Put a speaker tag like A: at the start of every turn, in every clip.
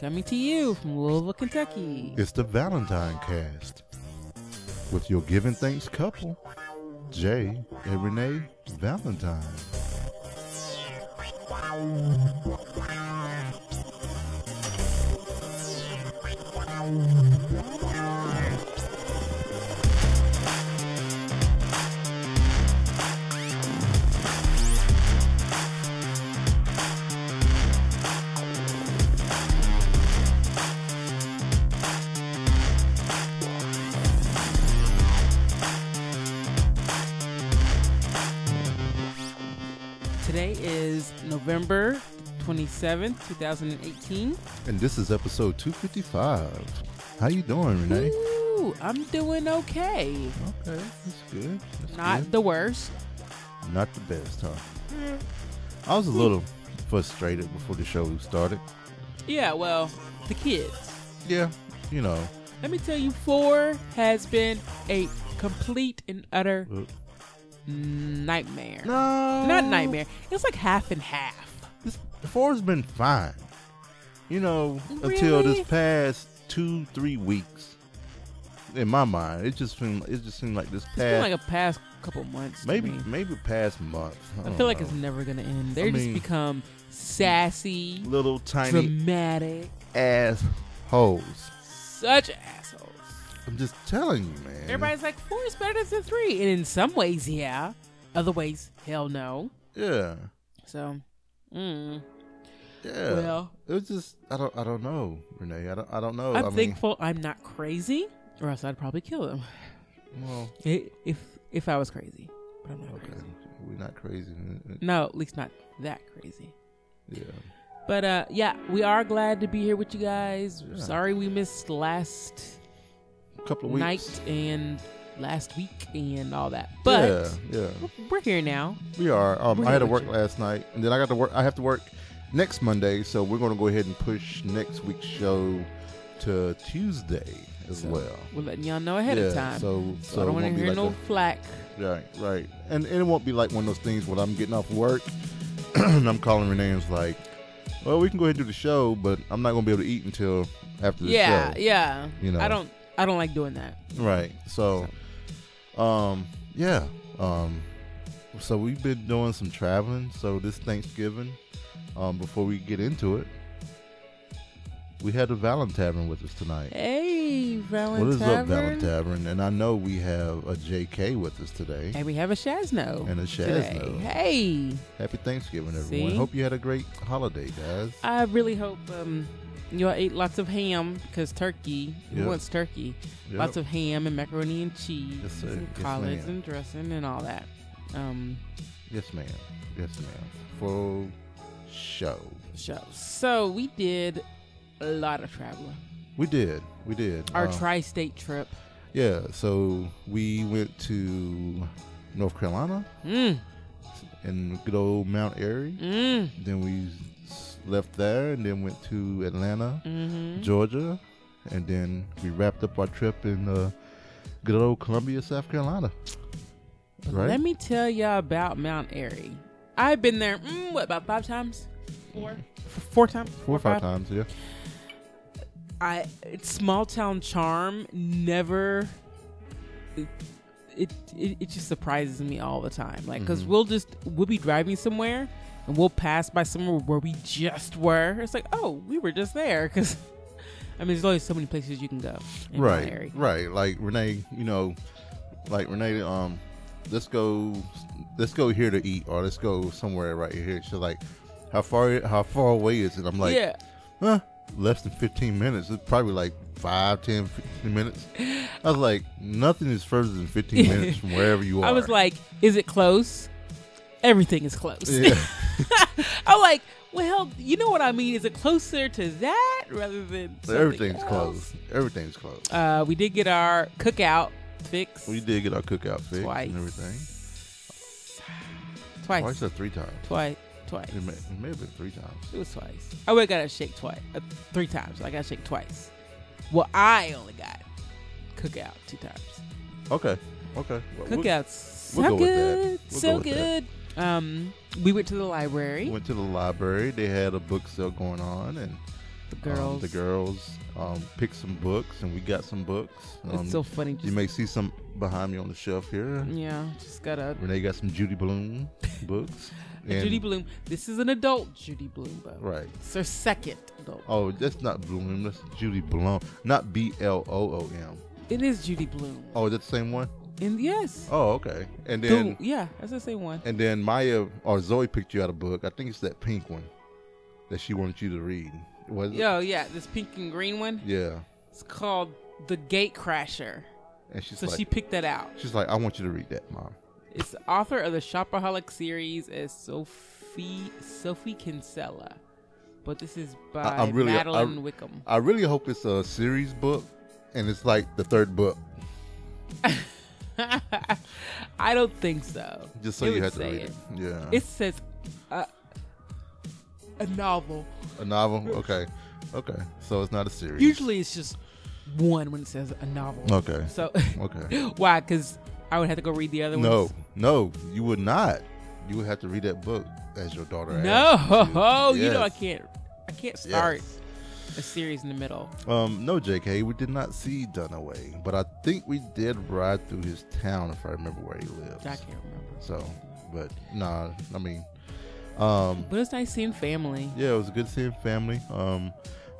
A: Coming to you from Louisville, Kentucky.
B: It's the Valentine Cast with your giving thanks couple, Jay and Renee Valentine.
A: Today is November 27th, 2018.
B: And this is episode 255. How you doing, Renee?
A: Ooh, I'm doing okay.
B: Okay, that's good. That's
A: Not Mm.
B: good.
A: the worst.
B: Not the best, huh? I was a little frustrated before the show started.
A: Yeah, well, the kids.
B: Yeah, you know.
A: Let me tell you, four has been a complete and utter
B: uh,
A: nightmare.
B: No,
A: Not nightmare. It's like half and half.
B: This four's been fine. You know, until
A: Really?
B: this past two, three weeks. In my mind, it just seemed it just seemed like this
A: It's been
B: past
A: like a past couple months. to
B: maybe
A: me.
B: maybe past month. Uh-huh. I,
A: I
B: don't
A: feel like
B: know.
A: it's never gonna end. They
B: I
A: just
B: mean-
A: become sassy,
B: little tiny
A: dramatic,
B: ass holes.
A: such assholes.
B: I'm just telling you, man.
A: Everybody's like, four is better than three, and in some ways, yeah. Other ways, hell no.
B: yeah,
A: So, mm,
B: yeah.
A: well,
B: it was just I don't I don't know, Renee. I don't I don't know.
A: I'm
B: I mean,
A: thankful I'm not crazy, or else I'd probably kill them
B: well,
A: I- if if I was crazy. But I'm not
B: okay,
A: crazy.
B: we're not crazy.
A: No, at least not that crazy.
B: Yeah,
A: But uh, yeah, we are glad to be here with you guys.
B: Yeah.
A: Sorry we missed last
B: a couple of weeks.
A: night and last week and all that. But
B: yeah, yeah.
A: we're here now.
B: We are. Um,
A: We're
B: I had to
A: here with
B: work
A: you.
B: last night, and then I got to work. I have to work next Monday, so we're going to go ahead and push next week's show to Tuesday as
A: So,
B: well.
A: We're letting y'all know ahead of
B: Yeah,
A: time. So,
B: So, so
A: I
B: it
A: don't want to
B: won't be
A: hear
B: like
A: no flack.
B: a- right, right, and and it won't be like one of those things when I'm getting off work and I'm calling Renee and it's like, well, we can go ahead and do the show, but I'm not going to be able to eat until after the
A: Yeah,
B: show.
A: yeah.
B: You know.
A: I don't I don't like doing that.
B: Right. So, um, yeah. Um, so we've been doing some traveling. So this Thanksgiving, um, before we get into it, we had a Valen Tavern with us tonight.
A: Hey, Valentine.
B: What is up, Valen Tavern? And I know we have a JK with us today.
A: And we have a Shazno.
B: And a
A: today.
B: Shazno.
A: Hey.
B: Happy Thanksgiving, everyone.
A: See?
B: Hope you had a great holiday, guys.
A: I really hope um y'all ate lots of ham because turkey. Who
B: Yep.
A: wants turkey?
B: Yep.
A: Lots of ham and macaroni and cheese
B: Yes, sir.
A: and
B: Yes,
A: collards
B: ma'am.
A: and dressing and all that. Um
B: yes, ma'am. Yes, ma'am. Full show.
A: show. So we did a lot of traveling.
B: We did. We did.
A: Our
B: Uh,
A: tri-state trip.
B: Yeah, so we went to North Carolina
A: Mm,
B: and good old Mount Airy.
A: mm,
B: Then we s- left there and then went to Atlanta,
A: mm-hmm.
B: Georgia, and then we wrapped up our trip in uh, good old Columbia, South Carolina. Right?
A: Let me tell y'all about Mount Airy. I've been there, mm, what, about five times? Four? F- Four times?
B: Four or five times, yeah.
A: I it's small town charm never it it, it, it just surprises me all the time like because
B: Mm-hmm.
A: we'll just we'll be driving somewhere and we'll pass by somewhere where we just were it's like oh we were just there because i mean there's only so many places you can go in Mount
B: Right,
A: Airy.
B: right. Like Renee, you know, like Renee, um, let's go, let's go here to eat, or let's go somewhere right here. She's like, how far, how far away is it? I'm like,
A: yeah
B: huh, less than 15 minutes. It's probably like 5, 10, 15 minutes. I was like, nothing is further than 15 minutes from wherever you are.
A: i was like is it close everything is close
B: yeah,
A: i'm like well you know what i mean is it closer to that rather than something
B: everything's
A: else?
B: closed. Everything's closed.
A: Uh, we did get our cookout fixed
B: We did get our cookout fixed
A: twice.
B: and everything.
A: Twice.
B: Twice
A: Twice.
B: or three times.
A: Twice. Twice.
B: It may, it may have been three times.
A: It was twice. I would have got a shake twice. Uh, three times. I got a shake twice. Well, I only got cookout two times.
B: Okay. Okay. Well, we-
A: Cookouts
B: we'll
A: so
B: go with that.
A: good.
B: We'll
A: so
B: go with that.
A: good. Um, we went to the library.
B: Went to the library. They had a book sale going on, and
A: The
B: um,
A: girls.
B: the girls um, picked some books, and we got some books.
A: It's
B: Um,
A: so Mm. funny. Just,
B: you may see some behind me on the shelf here.
A: yeah, just gotta.
B: Renee got some Judy Bloom books. and-
A: Judy Bloom. This is an adult Judy Bloom, though.
B: Right.
A: It's her second adult.
B: Oh, that's not Bloom. That's Judy Bloom. Not B L O O M.
A: It is Judy Bloom.
B: Oh, is that the same one?
A: And yes.
B: Oh, okay. And
A: Dude,
B: then
A: yeah, that's the same one.
B: and then Maya or Zoe picked you out a book. I think it's that pink one that she wanted you to read. Was it?
A: Yo, yeah, this pink and green one.
B: Yeah.
A: It's called The Gatecrasher.
B: And she's
A: So
B: like,
A: she picked that out.
B: she's like, I want you to read that, mom.
A: It's the author of the Shopaholic series as Sophie Sophie Kinsella. But this is by
B: I- I'm really- I-
A: Madeline Wickham.
B: I really hope it's a series book, and it's like the third book.
A: I don't think so.
B: Just so
A: It
B: you
A: would
B: have to
A: say
B: read it.
A: it.
B: Yeah.
A: It says uh, a novel.
B: a novel. Okay. Okay. So it's not a series.
A: Usually it's just one when it says a novel.
B: Okay.
A: So
B: Okay.
A: why? Because I would have to go read the other
B: No,
A: ones.
B: no, you would not. You would have to read that book as your daughter.
A: No, you know I
B: Yes.
A: can't. I can't
B: Yes.
A: start a series in the middle.
B: Um, no, J.K. We did not see Dunaway, but I think we did ride through his town if I remember where he
A: I
B: lives.
A: can't remember.
B: So, but nah, I mean, um,
A: But it's nice seeing family.
B: yeah, it was a good seeing family. Um,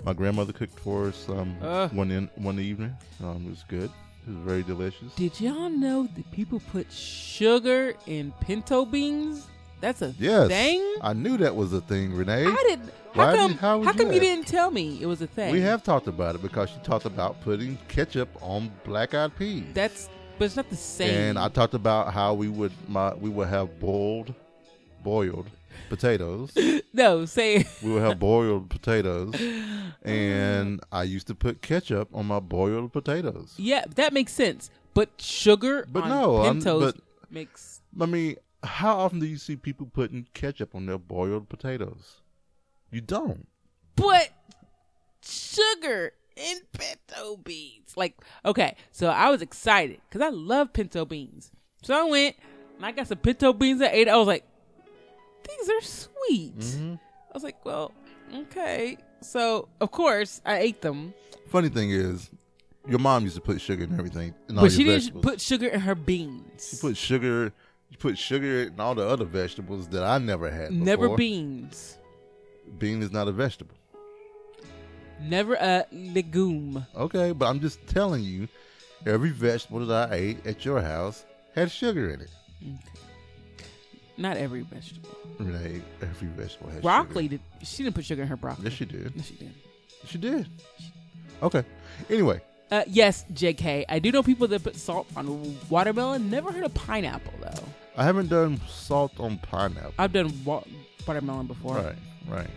B: my grandmother cooked for us um,
A: Ugh.
B: one in one evening. Um, it was good. It was very delicious.
A: Did y'all know that people put sugar in pinto beans? That's a
B: yes,
A: thing.
B: I knew that was a thing, Renee.
A: I didn't.
B: Why
A: How
B: did-
A: come?
B: how would you
A: come you
B: ask?
A: didn't tell me it was a thing?
B: We have talked about it because she talked about putting ketchup on black-eyed peas.
A: That's, but it's not the same.
B: and I talked about how we would my we would have boiled boiled potatoes.
A: no, say
B: we would have boiled potatoes, and I used to put ketchup on my boiled potatoes.
A: yeah, that makes sense. But sugar
B: But
A: on
B: no, I'm-
A: pintos
B: but-
A: makes
B: I mean, how often do you see people putting ketchup on their boiled potatoes? You don't.
A: but sugar in pinto beans. Like, okay, so I was excited because I love pinto beans. So I went and I got some pinto beans. I ate. I was like, these are sweet.
B: Mm-hmm.
A: I was like, well, okay. So of course I ate them,
B: Funny thing is, your mom used to put sugar in everything, in all
A: but
B: your
A: she didn't
B: vegetables.
A: put sugar in her beans.
B: You put sugar. You put sugar in all the other vegetables that I never had. Before.
A: never beans,
B: Bean is not a vegetable.
A: never a legume.
B: Okay, but I'm just telling you, every vegetable that I ate at your house had sugar in it.
A: Not every vegetable.
B: Renee, every vegetable had
A: Broccoli.
B: sugar.
A: Did, she didn't put sugar in her broccoli.
B: Yes, she did.
A: No, she didn't.
B: She did. Okay. Anyway,
A: Uh, yes, JK. I do know people that put salt on watermelon. Never heard of pineapple, though.
B: I haven't done salt on pineapple.
A: I've done wa- watermelon before.
B: right, uh-huh. right.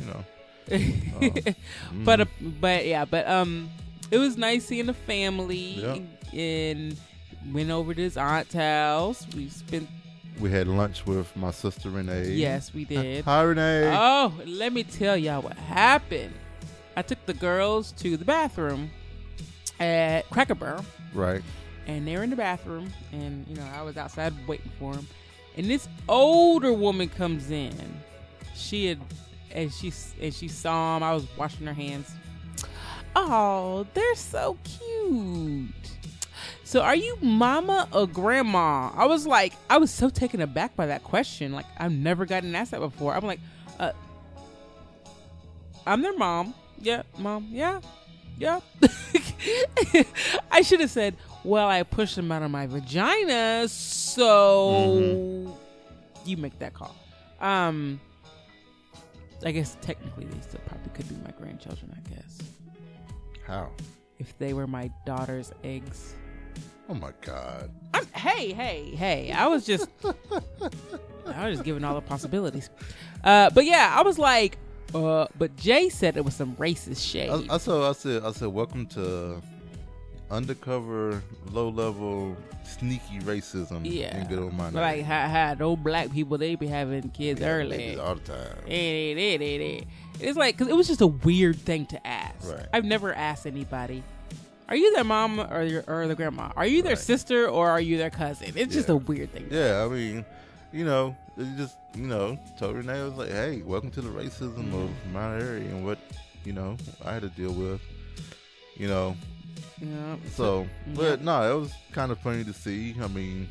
B: You know. Mm.
A: but, uh, but yeah, but um, it was nice seeing the family
B: Yeah.
A: and went over to his aunt's house. We spent,
B: We had lunch with my sister Renee.
A: yes, we did.
B: Hi, Renee.
A: Oh, let me tell y'all what happened. I took the girls to the bathroom at Cracker Barrel.
B: right.
A: and they're in the bathroom and you know i was outside waiting for them and this older woman comes in she had and she and she saw him i was washing her hands oh they're so cute so are you mama or grandma i was like i was so taken aback by that question like i've never gotten asked that before i'm like uh, i'm their mom yeah mom yeah yeah. I should have said, well, I pushed them out of my vagina, so you make that call. Um I guess technically they still probably could be my grandchildren, I guess.
B: How?
A: If they were my daughter's eggs.
B: Oh my God.
A: I'm, hey, hey, hey. I was just I was just giving all the possibilities. Uh but yeah, I was like, uh but Jay said it was some racist shade.
B: I, I said, I said, I said, welcome to undercover, low-level, sneaky racism.
A: Yeah.
B: in good old mind.
A: Like how, how those black people they be having kids early.
B: all the time.
A: Eh, eh, eh, eh, eh. It's like because it was just a weird thing to ask.
B: Right.
A: I've never asked anybody, "Are you their mom or your or the grandma? Are you their
B: Right.
A: sister or are you their cousin?" It's just
B: Yeah.
A: a weird thing.
B: Yeah, I mean, you know, it just you know, told Renee I was like, hey, welcome to the racism of my area and what you know, I had to deal with, you know.
A: Yeah.
B: So,
A: Yeah.
B: but no, it was kind of funny to see. I mean,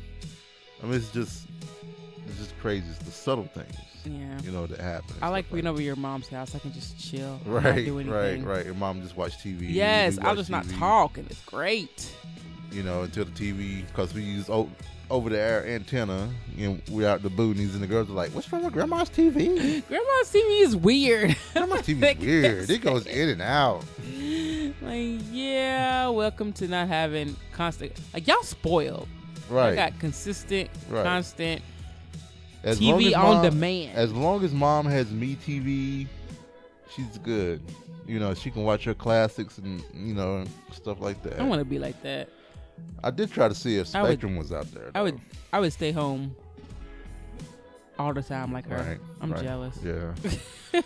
B: I mean, it's just, it's just crazy. It's the subtle things,
A: Yeah.
B: you know, that happen. and
A: I
B: stuff
A: like being
B: that.
A: over your mom's house. I can just chill. and not
B: Right,
A: do
B: right,
A: anything.
B: right. Your mom just watched TV. We
A: Yes, I'll
B: watched
A: just not
B: TV,
A: talk, and it's great.
B: You know, until the TV, because we use o- over the air antenna, and we're out the boonies, and the girls are like, What's wrong with grandma's TV?
A: Grandma's TV is weird.
B: Grandma's
A: They
B: TV's
A: can't
B: weird. It goes
A: say
B: in and out.
A: like, yeah, welcome to not having constant. Like, y'all spoiled. I
B: Right.
A: got consistent,
B: Right.
A: constant
B: As long as
A: TV on
B: mom-
A: demand.
B: As long as mom has me TV, she's good. You know, she can watch her classics and, you know, and stuff like that.
A: I want to be like that.
B: I did try to see if
A: I would-
B: Spectrum was out there.
A: I would,
B: though.
A: I would stay home all the time like her.
B: Right.
A: I'm
B: right.
A: jealous.
B: Yeah.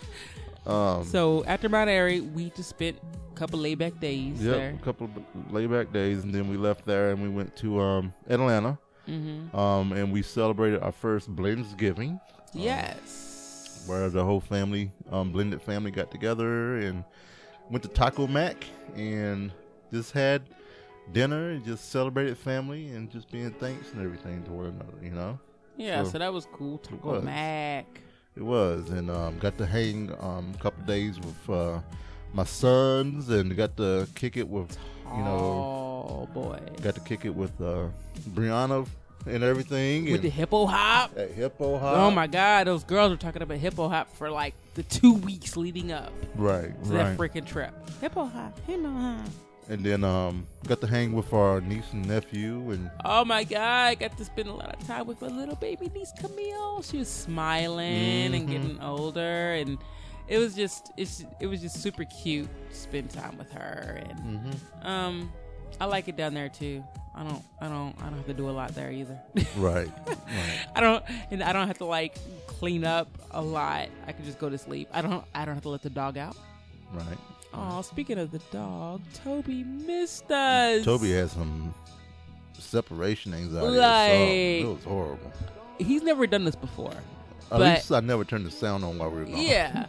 B: um,
A: So after Mount Airy, we just spent a couple layback days
B: Yep,
A: there.
B: a couple of layback days, and then we left there and we went to um, Atlanta,
A: hmm
B: um, and we celebrated our first Blend'sgiving,
A: yes.
B: where the whole family, um, blended family, got together and went to Taco Mac and just had dinner and just celebrated family and just being thanks and everything to one another. You know,
A: Yeah,
B: so-
A: so, that was cool. Taco
B: was.
A: Mac.
B: it was, and um, got to hang um, a couple days with uh, my sons and got to kick it with you know.
A: oh boy,
B: Got to kick it with uh, Brianna and everything.
A: with the
B: and
A: hippo hop.
B: at Hippo Hop.
A: oh my god, those girls were talking about hippo hop for like the two weeks leading up
B: Right,
A: to that
B: right.
A: freaking trip. Hippo hop, hippo hop.
B: and then um, got to hang with our niece and nephew, and
A: Oh my god, I got to spend a lot of time with my little baby niece Camille. She was smiling and
B: Mhm.
A: getting older and it was just it's it was just super cute to spend time with her and um I like it down there too. I don't I don't I don't have to do a lot there either.
B: right, right,
A: I don't and I don't have to like clean up a lot. I can just go to sleep. I don't I don't have to let the dog out.
B: right.
A: Oh, speaking of the dog, Toby missed us.
B: Toby had some separation anxiety. Or something. It
A: Like-
B: was horrible.
A: he's never done this before.
B: At
A: But-
B: least I never turned the sound on while we were gone.
A: Yeah,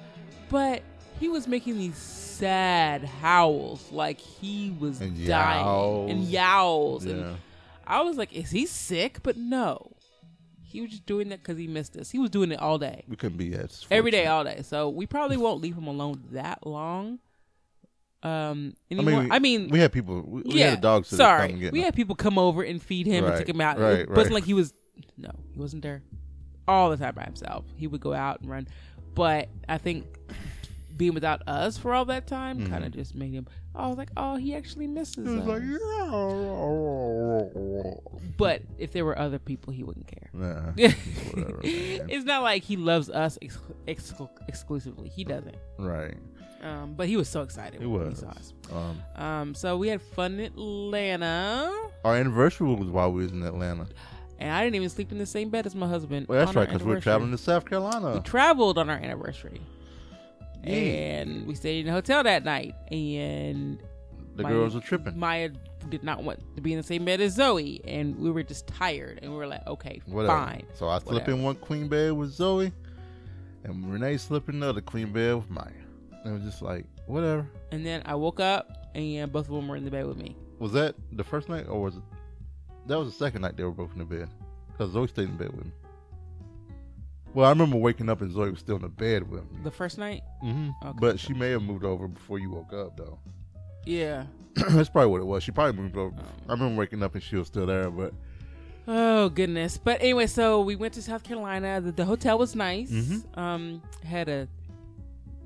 A: but he was making these sad howls, like he was
B: And
A: dying and yowls.
B: yowls. yeah,
A: And I was like, "Is he sick?" But no, he was just doing that because he missed us. He was doing it all day,
B: we couldn't be as
A: every day,
B: fortunate.
A: all day. So we probably won't leave him alone that long. Um,
B: I
A: anymore.
B: mean,
A: I mean,
B: we had people. We, we
A: yeah,
B: had a dog sitter come
A: Sorry,
B: and get
A: we
B: him.
A: had people come over and feed him and
B: Right,
A: take him out.
B: right,
A: it wasn't
B: right.
A: like he was. No, he wasn't there all the time by himself. He would go out and run, but I think being without us for all that time kind of just made him. I was like, oh, he actually misses
B: It
A: us.
B: Mm-hmm. was like, yeah.
A: but if there were other people, he wouldn't care.
B: Nah, it's whatever. man.
A: it's not like he loves us ex- ex- exclusively. He doesn't.
B: Right.
A: Um, but he was so excited
B: It
A: when
B: was.
A: he saw us.
B: Um,
A: Um, so we had fun in Atlanta.
B: our anniversary was while we was in Atlanta.
A: And I didn't even sleep in the same bed as my husband.
B: Well, that's
A: on our
B: right, because we're
A: anniversary.
B: traveling to South
A: We
B: Carolina.
A: traveled on our anniversary.
B: Yeah.
A: And we stayed in a hotel that night. And
B: The
A: my-
B: girls were tripping.
A: Maya did not want to be in the same bed as Zoe. And we were just tired. And we were like, okay,
B: Whatever.
A: fine.
B: So I slept
A: Whatever.
B: in one queen bed with Zoe, and Renee slept in another queen bed with Maya. And it was just like, whatever.
A: And then I woke up and both of them were in the bed with me.
B: Was that the first night, or was it? That was the second night they were both in the bed, because Zoe stayed in bed with me. Well, I remember waking up and Zoe was still in the bed with me.
A: The first night?
B: hmm
A: Okay.
B: But she may have moved over before you woke up, though.
A: Yeah.
B: That's probably what it was. She probably moved over. I remember waking up and she was still there, but
A: Oh goodness! But anyway, so we went to South Carolina. The, the hotel was nice.
B: Mhm.
A: Um, had a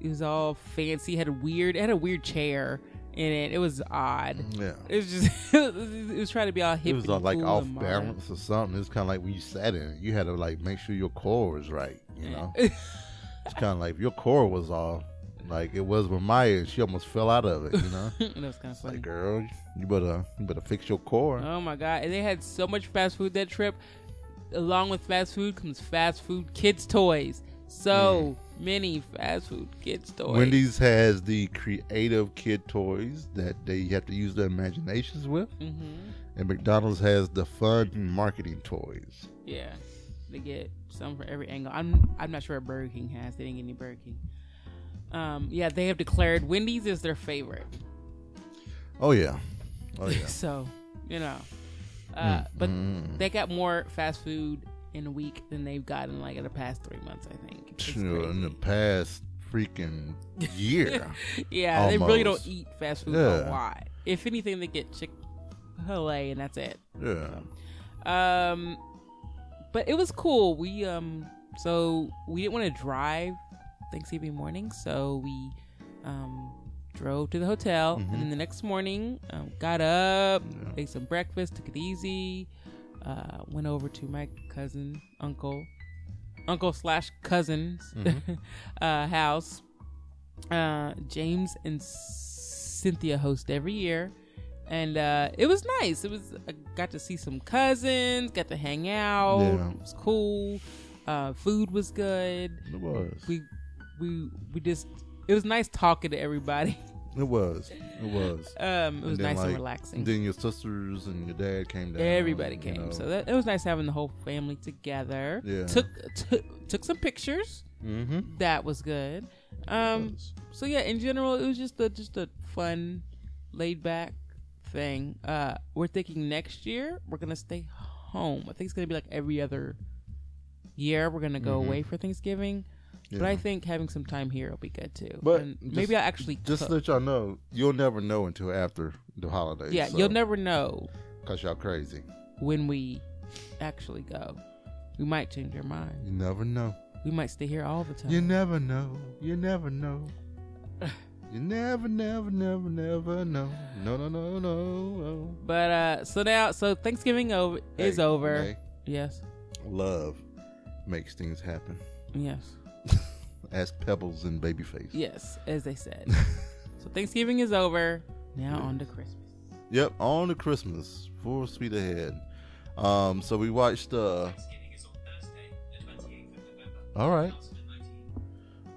A: it was all fancy. Had a weird it had a weird chair in it. It was odd.
B: yeah.
A: It was just it was trying to be all hip.
B: it was
A: and
B: all, like
A: cool
B: off
A: and modern.
B: balance or something. It's kind of like when you sat in it, you had to like make sure your core was right. You know, it's kind of like if your core was off, like it was with Maya. and She almost fell out of it. You know,
A: that was kind of
B: it's like
A: funny.
B: girl, you better you better fix your core.
A: Oh my god! And they had so much fast food that trip. Along with fast food comes fast food kids toys. So
B: Mm.
A: many fast food kids toys.
B: Wendy's has the creative kid toys that they have to use their imaginations with,
A: hmm
B: and McDonald's has the fun marketing toys.
A: Yeah, they get some for every angle. I'm I'm not sure what Burger King has. They didn't get any Burger King. Um, yeah, they have declared Wendy's is their favorite.
B: Oh yeah. Oh yeah.
A: So, you know, uh, but
B: Mm.
A: they got more fast food in a week than they've gotten like in the past three months. I think. It's
B: Sure, in the
A: crazy.
B: past freaking year.
A: yeah, they really don't
B: almost.
A: eat fast food a
B: Yeah.
A: lot. If anything, they get Chick Fil A, and that's it.
B: yeah.
A: Um, but it was cool. We um, so we didn't want to drive Thanksgiving morning, so we um drove to the hotel, and then the next morning um, got up,
B: Yeah.
A: ate some breakfast, took it easy, uh, went over to my cousin, uncle, uncle slash cousin's uh, house. Uh, James and Cynthia host every year and uh, it was nice. It was I got to see some cousins, got to hang out.
B: Yeah.
A: It was cool. Uh, food was good.
B: It was.
A: We we we just it was nice talking to everybody.
B: It was. It was.
A: Um, it was
B: And then,
A: nice and
B: like,
A: relaxing.
B: Then your sisters and your dad came down.
A: Everybody
B: you
A: came,
B: know.
A: so that it was nice having the whole family together.
B: Yeah.
A: Took took took some pictures.
B: Mhm.
A: That was good. Um,
B: was.
A: so yeah, in general, it was just a just a fun, laid back thing. Uh, we're thinking next year we're gonna stay home. I think it's gonna be like every other year we're gonna go away for Thanksgiving. But
B: Mm-hmm. Yeah.
A: I think having some time here will be good too.
B: But
A: And
B: just-
A: maybe I actually
B: Just to
A: cook.
B: let y'all know, you'll never know until after the holidays.
A: yeah.
B: so,
A: You'll never know
B: Cause y'all crazy.
A: when we actually go. We might change our mind.
B: You never know.
A: We might stay here all the time.
B: You never know. You never know. You never, never, never, never know. No, no, no, no. no.
A: but uh, so now, so Thanksgiving over is
B: Hey,
A: over.
B: hey,
A: Yes.
B: love makes things happen.
A: Yes.
B: As Pebbles and Babyface.
A: Yes, as they said. so Thanksgiving is over. Now on to Christmas.
B: Yep, on to Christmas. Full speed ahead. Um, so we watched. Uh, all right.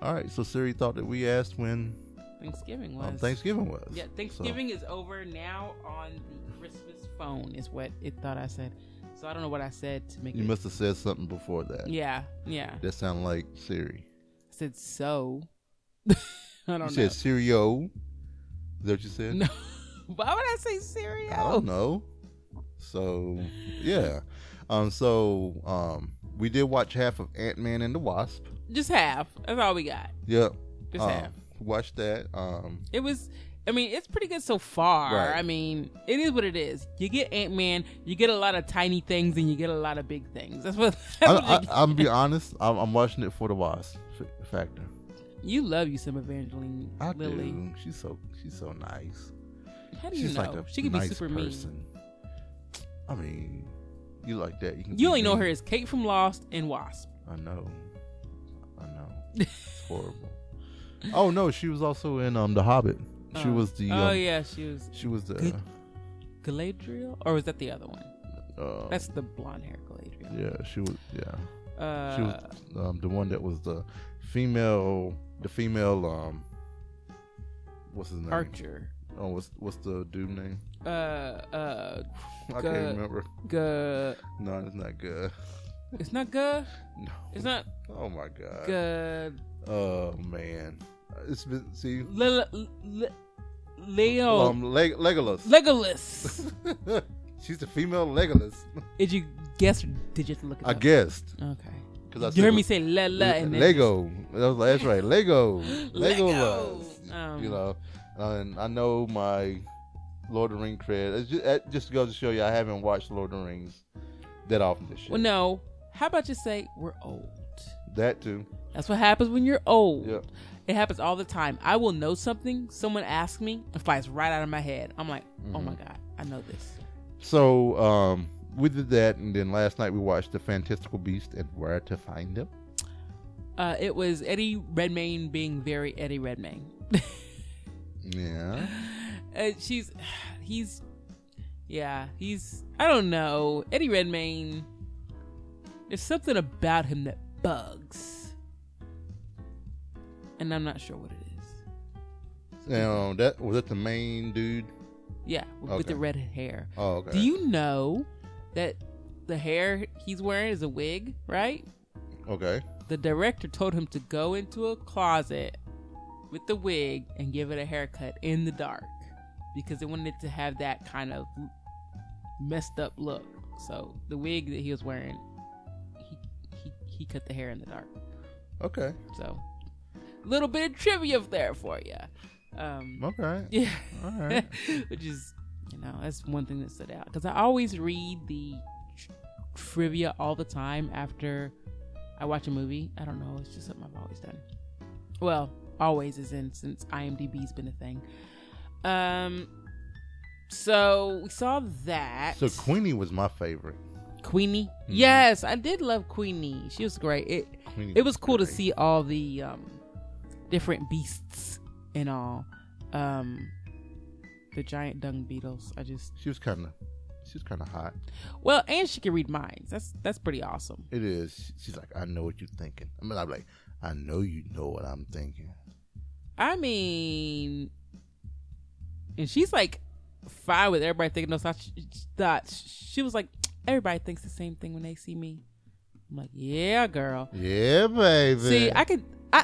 B: All right. So Siri thought that we asked when
A: Thanksgiving was.
B: um, Thanksgiving was.
A: Yeah, Thanksgiving is over. Now on the Christmas phone is what it thought I said. So I don't know what I said to make
B: So you
A: it.
B: must have said something before that.
A: yeah, yeah. I
B: That sounded like Siri.
A: said so. I
B: You
A: don't know.
B: said Sirio. Is that what you said?
A: No. Why would I say cereal?
B: I don't know. So yeah. Um. So um. We did watch half of Ant Man and the Wasp.
A: Just half. That's all we got.
B: Yep.
A: Just
B: um,
A: half.
B: Watched that. Um.
A: It was. I mean, it's pretty good so far.
B: Right.
A: I mean, it is what it is. You get Ant Man, you get a lot of tiny things, and you get a lot of big things. That's what. That's what you
B: I,
A: get.
B: I, I'm be honest. I'm, I'm watching it for the Wasp f- factor.
A: you love you some Evangeline
B: I
A: Lily.
B: do. She's so she's so nice.
A: How do you
B: She's
A: know
B: like a
A: she could
B: nice
A: be super mean?
B: person. I mean, you like that? You, can be
A: You only know
B: mean.
A: her as Kate from Lost and Wasp.
B: I know. I know. It's horrible. Oh no, she was also in um The Hobbit. She
A: Uh,
B: was the. Um,
A: Oh yeah, she was
B: She was the.
A: Good- Galadriel, or was that the other one?
B: uh,
A: That's the blonde hair Galadriel.
B: yeah, she was. Yeah,
A: Uh,
B: she was um, the one that was the female. The female. Um, what's his name?
A: Archer.
B: Oh, what's what's the dude name?
A: Uh, uh,
B: I
A: Good.
B: can't remember.
A: Guh.
B: No, it's not good.
A: It's not Guh.
B: No.
A: It's not
B: Oh my god.
A: Guh.
B: Oh man. It's been see.
A: Le- Le- Le- Leo.
B: Um, Leg- Legolas.
A: Legolas.
B: She's the female Legolas.
A: did you guess? Or did you have to look it
B: I
A: up?
B: guessed
A: Okay.
B: because I
A: you heard
B: said
A: me say la la and then
B: Lego. I was like, that's right, Lego,
A: Lego.
B: Legolas.
A: Um,
B: you know, and I know my Lord of the Ring cred. It's just, that just goes to show you, I haven't watched Lord of the Rings that often this year.
A: Well, no. How about you say we're old?
B: That too.
A: That's what happens when you're old.
B: Yeah.
A: It happens all the time. I will know something. Someone asks me. It flies right out of my head. I'm like, oh
B: Mm-hmm.
A: my god, I know this.
B: So um, we did that, and then last night we watched The Fantastical Beast and Where to Find Him.
A: Uh, it was Eddie Redmayne being very Eddie Redmayne.
B: Yeah.
A: uh, she's he's yeah he's i don't know eddie redmayne there's something about him that bugs and i'm not sure what it is
B: Now that was that the main dude.
A: yeah with
B: Okay.
A: the red hair
B: Oh, okay.
A: do you know that the hair he's wearing is a wig right
B: okay.
A: the director told him to go into a closet with the wig and give it a haircut in the dark because they wanted it to have that kind of messed up look. So the wig that he was wearing, he he, he cut the hair in the dark.
B: Okay.
A: So little bit of trivia there for you. Um,
B: Okay.
A: yeah,
B: All right.
A: which is you know that's one thing that stood out because I always read the tr- trivia all the time after I watch a movie. I don't know, it's just something I've always done. Well, always is in since IMDb's been a thing. Um, so we saw that.
B: So Queenie Mm-hmm. was my favorite.
A: Queenie, yes, I did love Queenie. She was great. It
B: Queenie
A: it was cool to
B: great.
A: see all the um, different beasts and all. Um, the giant dung beetles. I just
B: She was kind of, she was kind of hot.
A: well, and she can read minds. That's that's pretty awesome.
B: It is. She's like, I know what you're thinking. I mean, I'm like, I know you know what I'm thinking.
A: I mean, and she's like fine with everybody thinking those thoughts. She- she- thoughts. She was like, everybody thinks the same thing when they see me. I'm like, yeah, girl.
B: Yeah, baby.
A: See, I could, I,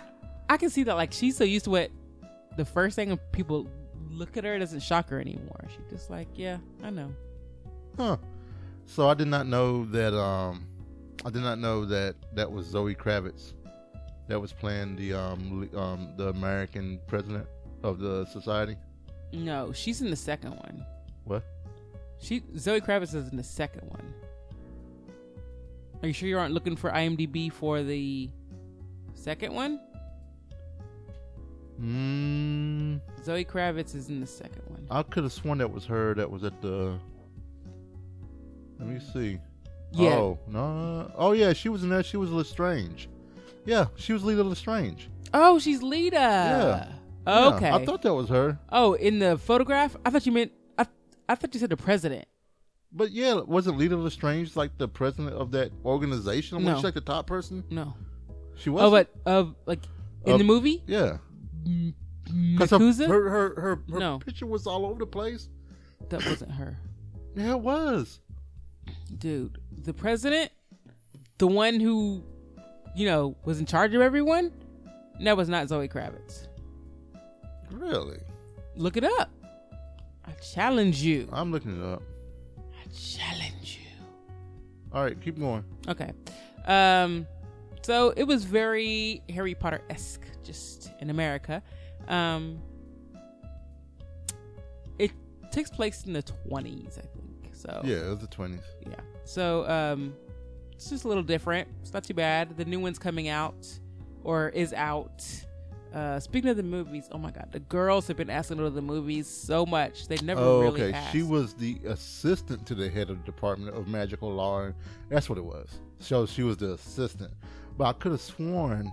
A: I can see that. Like, she's so used to it. The first thing people look at her it doesn't shock her anymore. She's just like, yeah, I know.
B: Huh. So I did not know that. Um, I did not know that that was Zoe Kravitz that was playing the um, le- um the American president of the society.
A: No, she's in the second one.
B: What?
A: She Zoe Kravitz is in the second one. Are you sure you aren't looking for IMDb for the second one?
B: Mm,
A: Zoe Kravitz is in the second one.
B: I could have sworn that was her. That was at the. Let me see.
A: yeah,
B: Oh no! Oh yeah, she was in that. She was Lestrange. Yeah, she was Lita Lestrange.
A: Oh, she's Lita. Yeah.
B: Yeah,
A: Okay.
B: I thought that was her.
A: oh, in the photograph? I thought you meant I I thought you said the president.
B: But yeah, wasn't Lita Lestrange like the president of that organization? Wasn't
A: No.
B: she like the top person?
A: No.
B: She was. Mm,
A: oh, but of like in
B: Uh,
A: the movie?
B: yeah,
A: M-
B: her,
A: Makuza?
B: her her her, her
A: No.
B: picture was all over the place.
A: that wasn't her.
B: Yeah, it was.
A: Dude, the president? The one who, you know, was in charge of everyone? That was not Zoe Kravitz.
B: Really?
A: Look it up. I challenge you.
B: I'm looking it up.
A: I challenge you.
B: All right, keep going.
A: Okay. Um, so it was very Harry Potter esque, just in America. Um, it takes place in the 20s, I think. So,
B: Yeah, it was the twenties.
A: yeah. So, um, it's just a little different. It's not too bad. The new one's coming out or is out. Uh, speaking of the movies, oh my God, the girls have been asking to go to the movies so much. They never
B: Oh,
A: really
B: okay.
A: asked.
B: She was the assistant to the head of the Department of Magical Law. And that's what it was. So she was the assistant. But I could have sworn,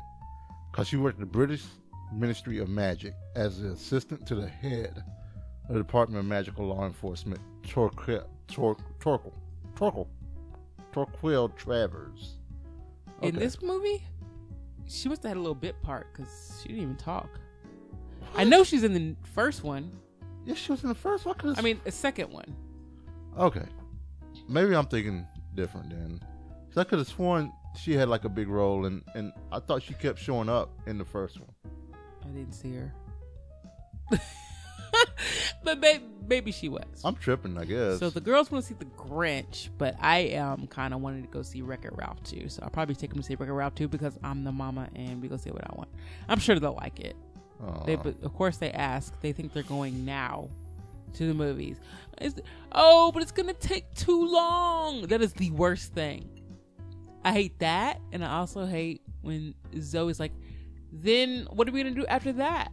B: because she worked at the British Ministry of Magic as the assistant to the head of the Department of Magical Law Enforcement, Torquil, Tor, Torquil, Torquil, Torquil Travers.
A: In this movie, she must have had a little bit part because she didn't even talk. I know she's in the first one.
B: Yeah, she was in the first one. could've
A: I mean, the second one.
B: Okay. Maybe I'm thinking different then. 'Cause I could have sworn she had like a big role, and, and I thought she kept showing up in the first one.
A: I didn't see her. but may- maybe she was.
B: I'm tripping, I guess.
A: So the girls want to see the Grinch, but I um kind of wanted to go see Wreck It Ralph too. So I'll probably take them to see Wreck It Ralph too because I'm the mama and we go see what I want. I'm sure they'll like it.
B: Aw.
A: They, but of course, they ask. They think they're going now to the movies. It's, oh, but it's gonna take too long. That is the worst thing. I hate that, and I also hate when Zoe's like, "Then what are we gonna do after that?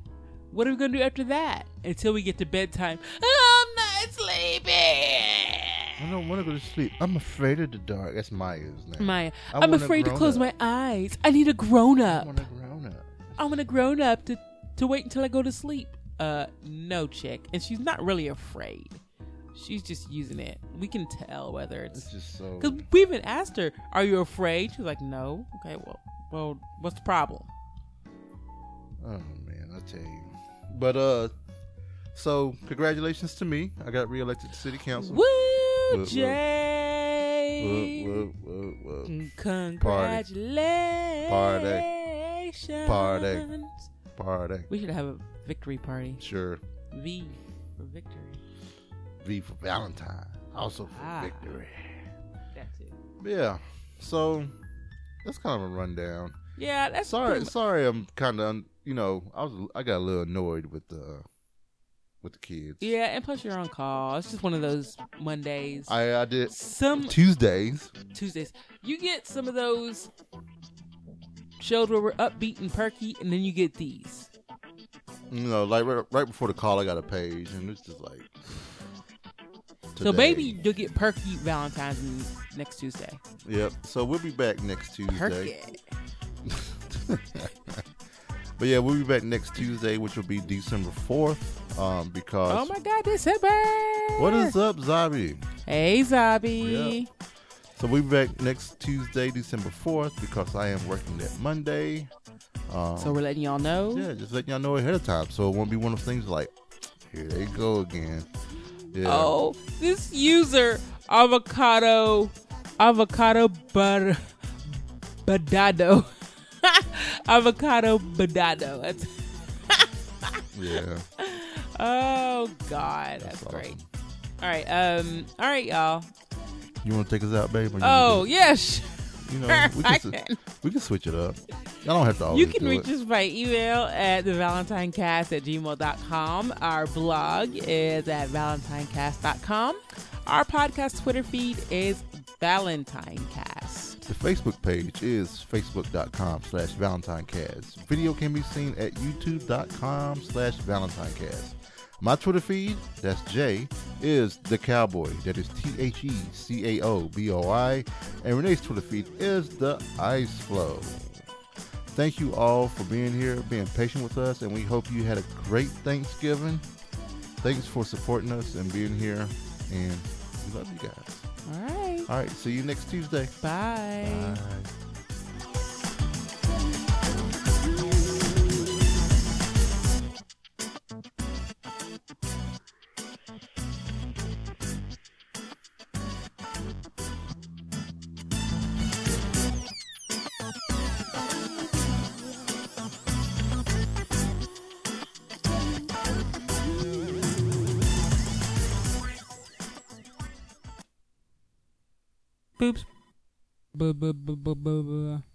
A: What are we gonna do after that until we get to bedtime?" I'm not sleepy.
B: I don't want to go to sleep. I'm afraid of the dark. That's Maya's name.
A: My,
B: I
A: I'm
B: want a
A: afraid to
B: grown
A: close
B: up.
A: my eyes. I need a grown
B: I
A: up.
B: want to grown up.
A: I want a grown up to to wait until I go to sleep. Uh, no, chick, and she's not really afraid. She's just using it. We can tell whether
B: It's
A: it's
B: just so.
A: because we even asked her, "Are you afraid?" She's like, "No." Okay, well, well, what's the problem?
B: Oh man, I tell you. But uh, so congratulations to me. I got reelected to city council.
A: Woo,
B: whoop.
A: Jay!
B: Whoa, whoa, whoa,
A: Mm.
B: whoa.
A: Congratulations!
B: Party. party.
A: We should have a victory party.
B: Sure.
A: V for victory.
B: V for Valentine. Also for
A: Ah.
B: victory.
A: That's it.
B: Yeah. So that's kind of a rundown.
A: Yeah, that's
B: sorry,
A: pretty mu-
B: sorry. I'm kind of you know I was I got a little annoyed with the with the kids.
A: Yeah, and plus you're on call. It's just one of those Mondays.
B: I I did
A: some
B: Tuesdays.
A: Tuesdays. You get some of those shows where we're upbeat and perky, and then you get these.
B: You know, like right, right before the call, I got a page, and it's just like.
A: So
B: today.
A: maybe you'll get perky Valentine's n- next Tuesday.
B: Yep. So we'll be back next Tuesday.
A: Perky.
B: But yeah, we'll be back next Tuesday, which will be December fourth. Um, because
A: Oh my God, December.
B: what is up, Zabi?
A: Hey, Zabi.
B: So we'll be back next Tuesday, December fourth, because I am working that Monday. Um,
A: So we're letting y'all know.
B: yeah, just letting y'all know ahead of time, so it won't be one of those things like, here they go again. Yeah.
A: Oh, this user avocado avocado butter badado avocado badado. That's,
B: yeah.
A: oh God, that's,
B: awesome.
A: great. All right, um, all right, y'all.
B: You want to take us out, babe? or you
A: Oh
B: wanna do
A: yes,
B: it? you know, we
A: I
B: can,
A: can.
B: s- we can switch it up. Y'all don't have to always
A: You can
B: do
A: reach
B: it.
A: us by email at thevalentinecast at gmail.com. Our blog is at valentinecast.com. Our podcast Twitter feed is valentinecast.
B: The Facebook page is facebook.com slash valentinecast. Video can be seen at youtube.com slash valentinecast. My Twitter feed, that's Jay, is the cowboy. That is T H E C A O B O I. And Renee's Twitter feed is the ice flow. Thank you all for being here, being patient with us, and we hope you had a great Thanksgiving. Thanks for supporting us and being here, and we love you guys.
A: All right.
B: All right, see you next Tuesday.
A: Bye.
B: Bye.
A: Boops. Buh, buh, buh, buh, buh, buh.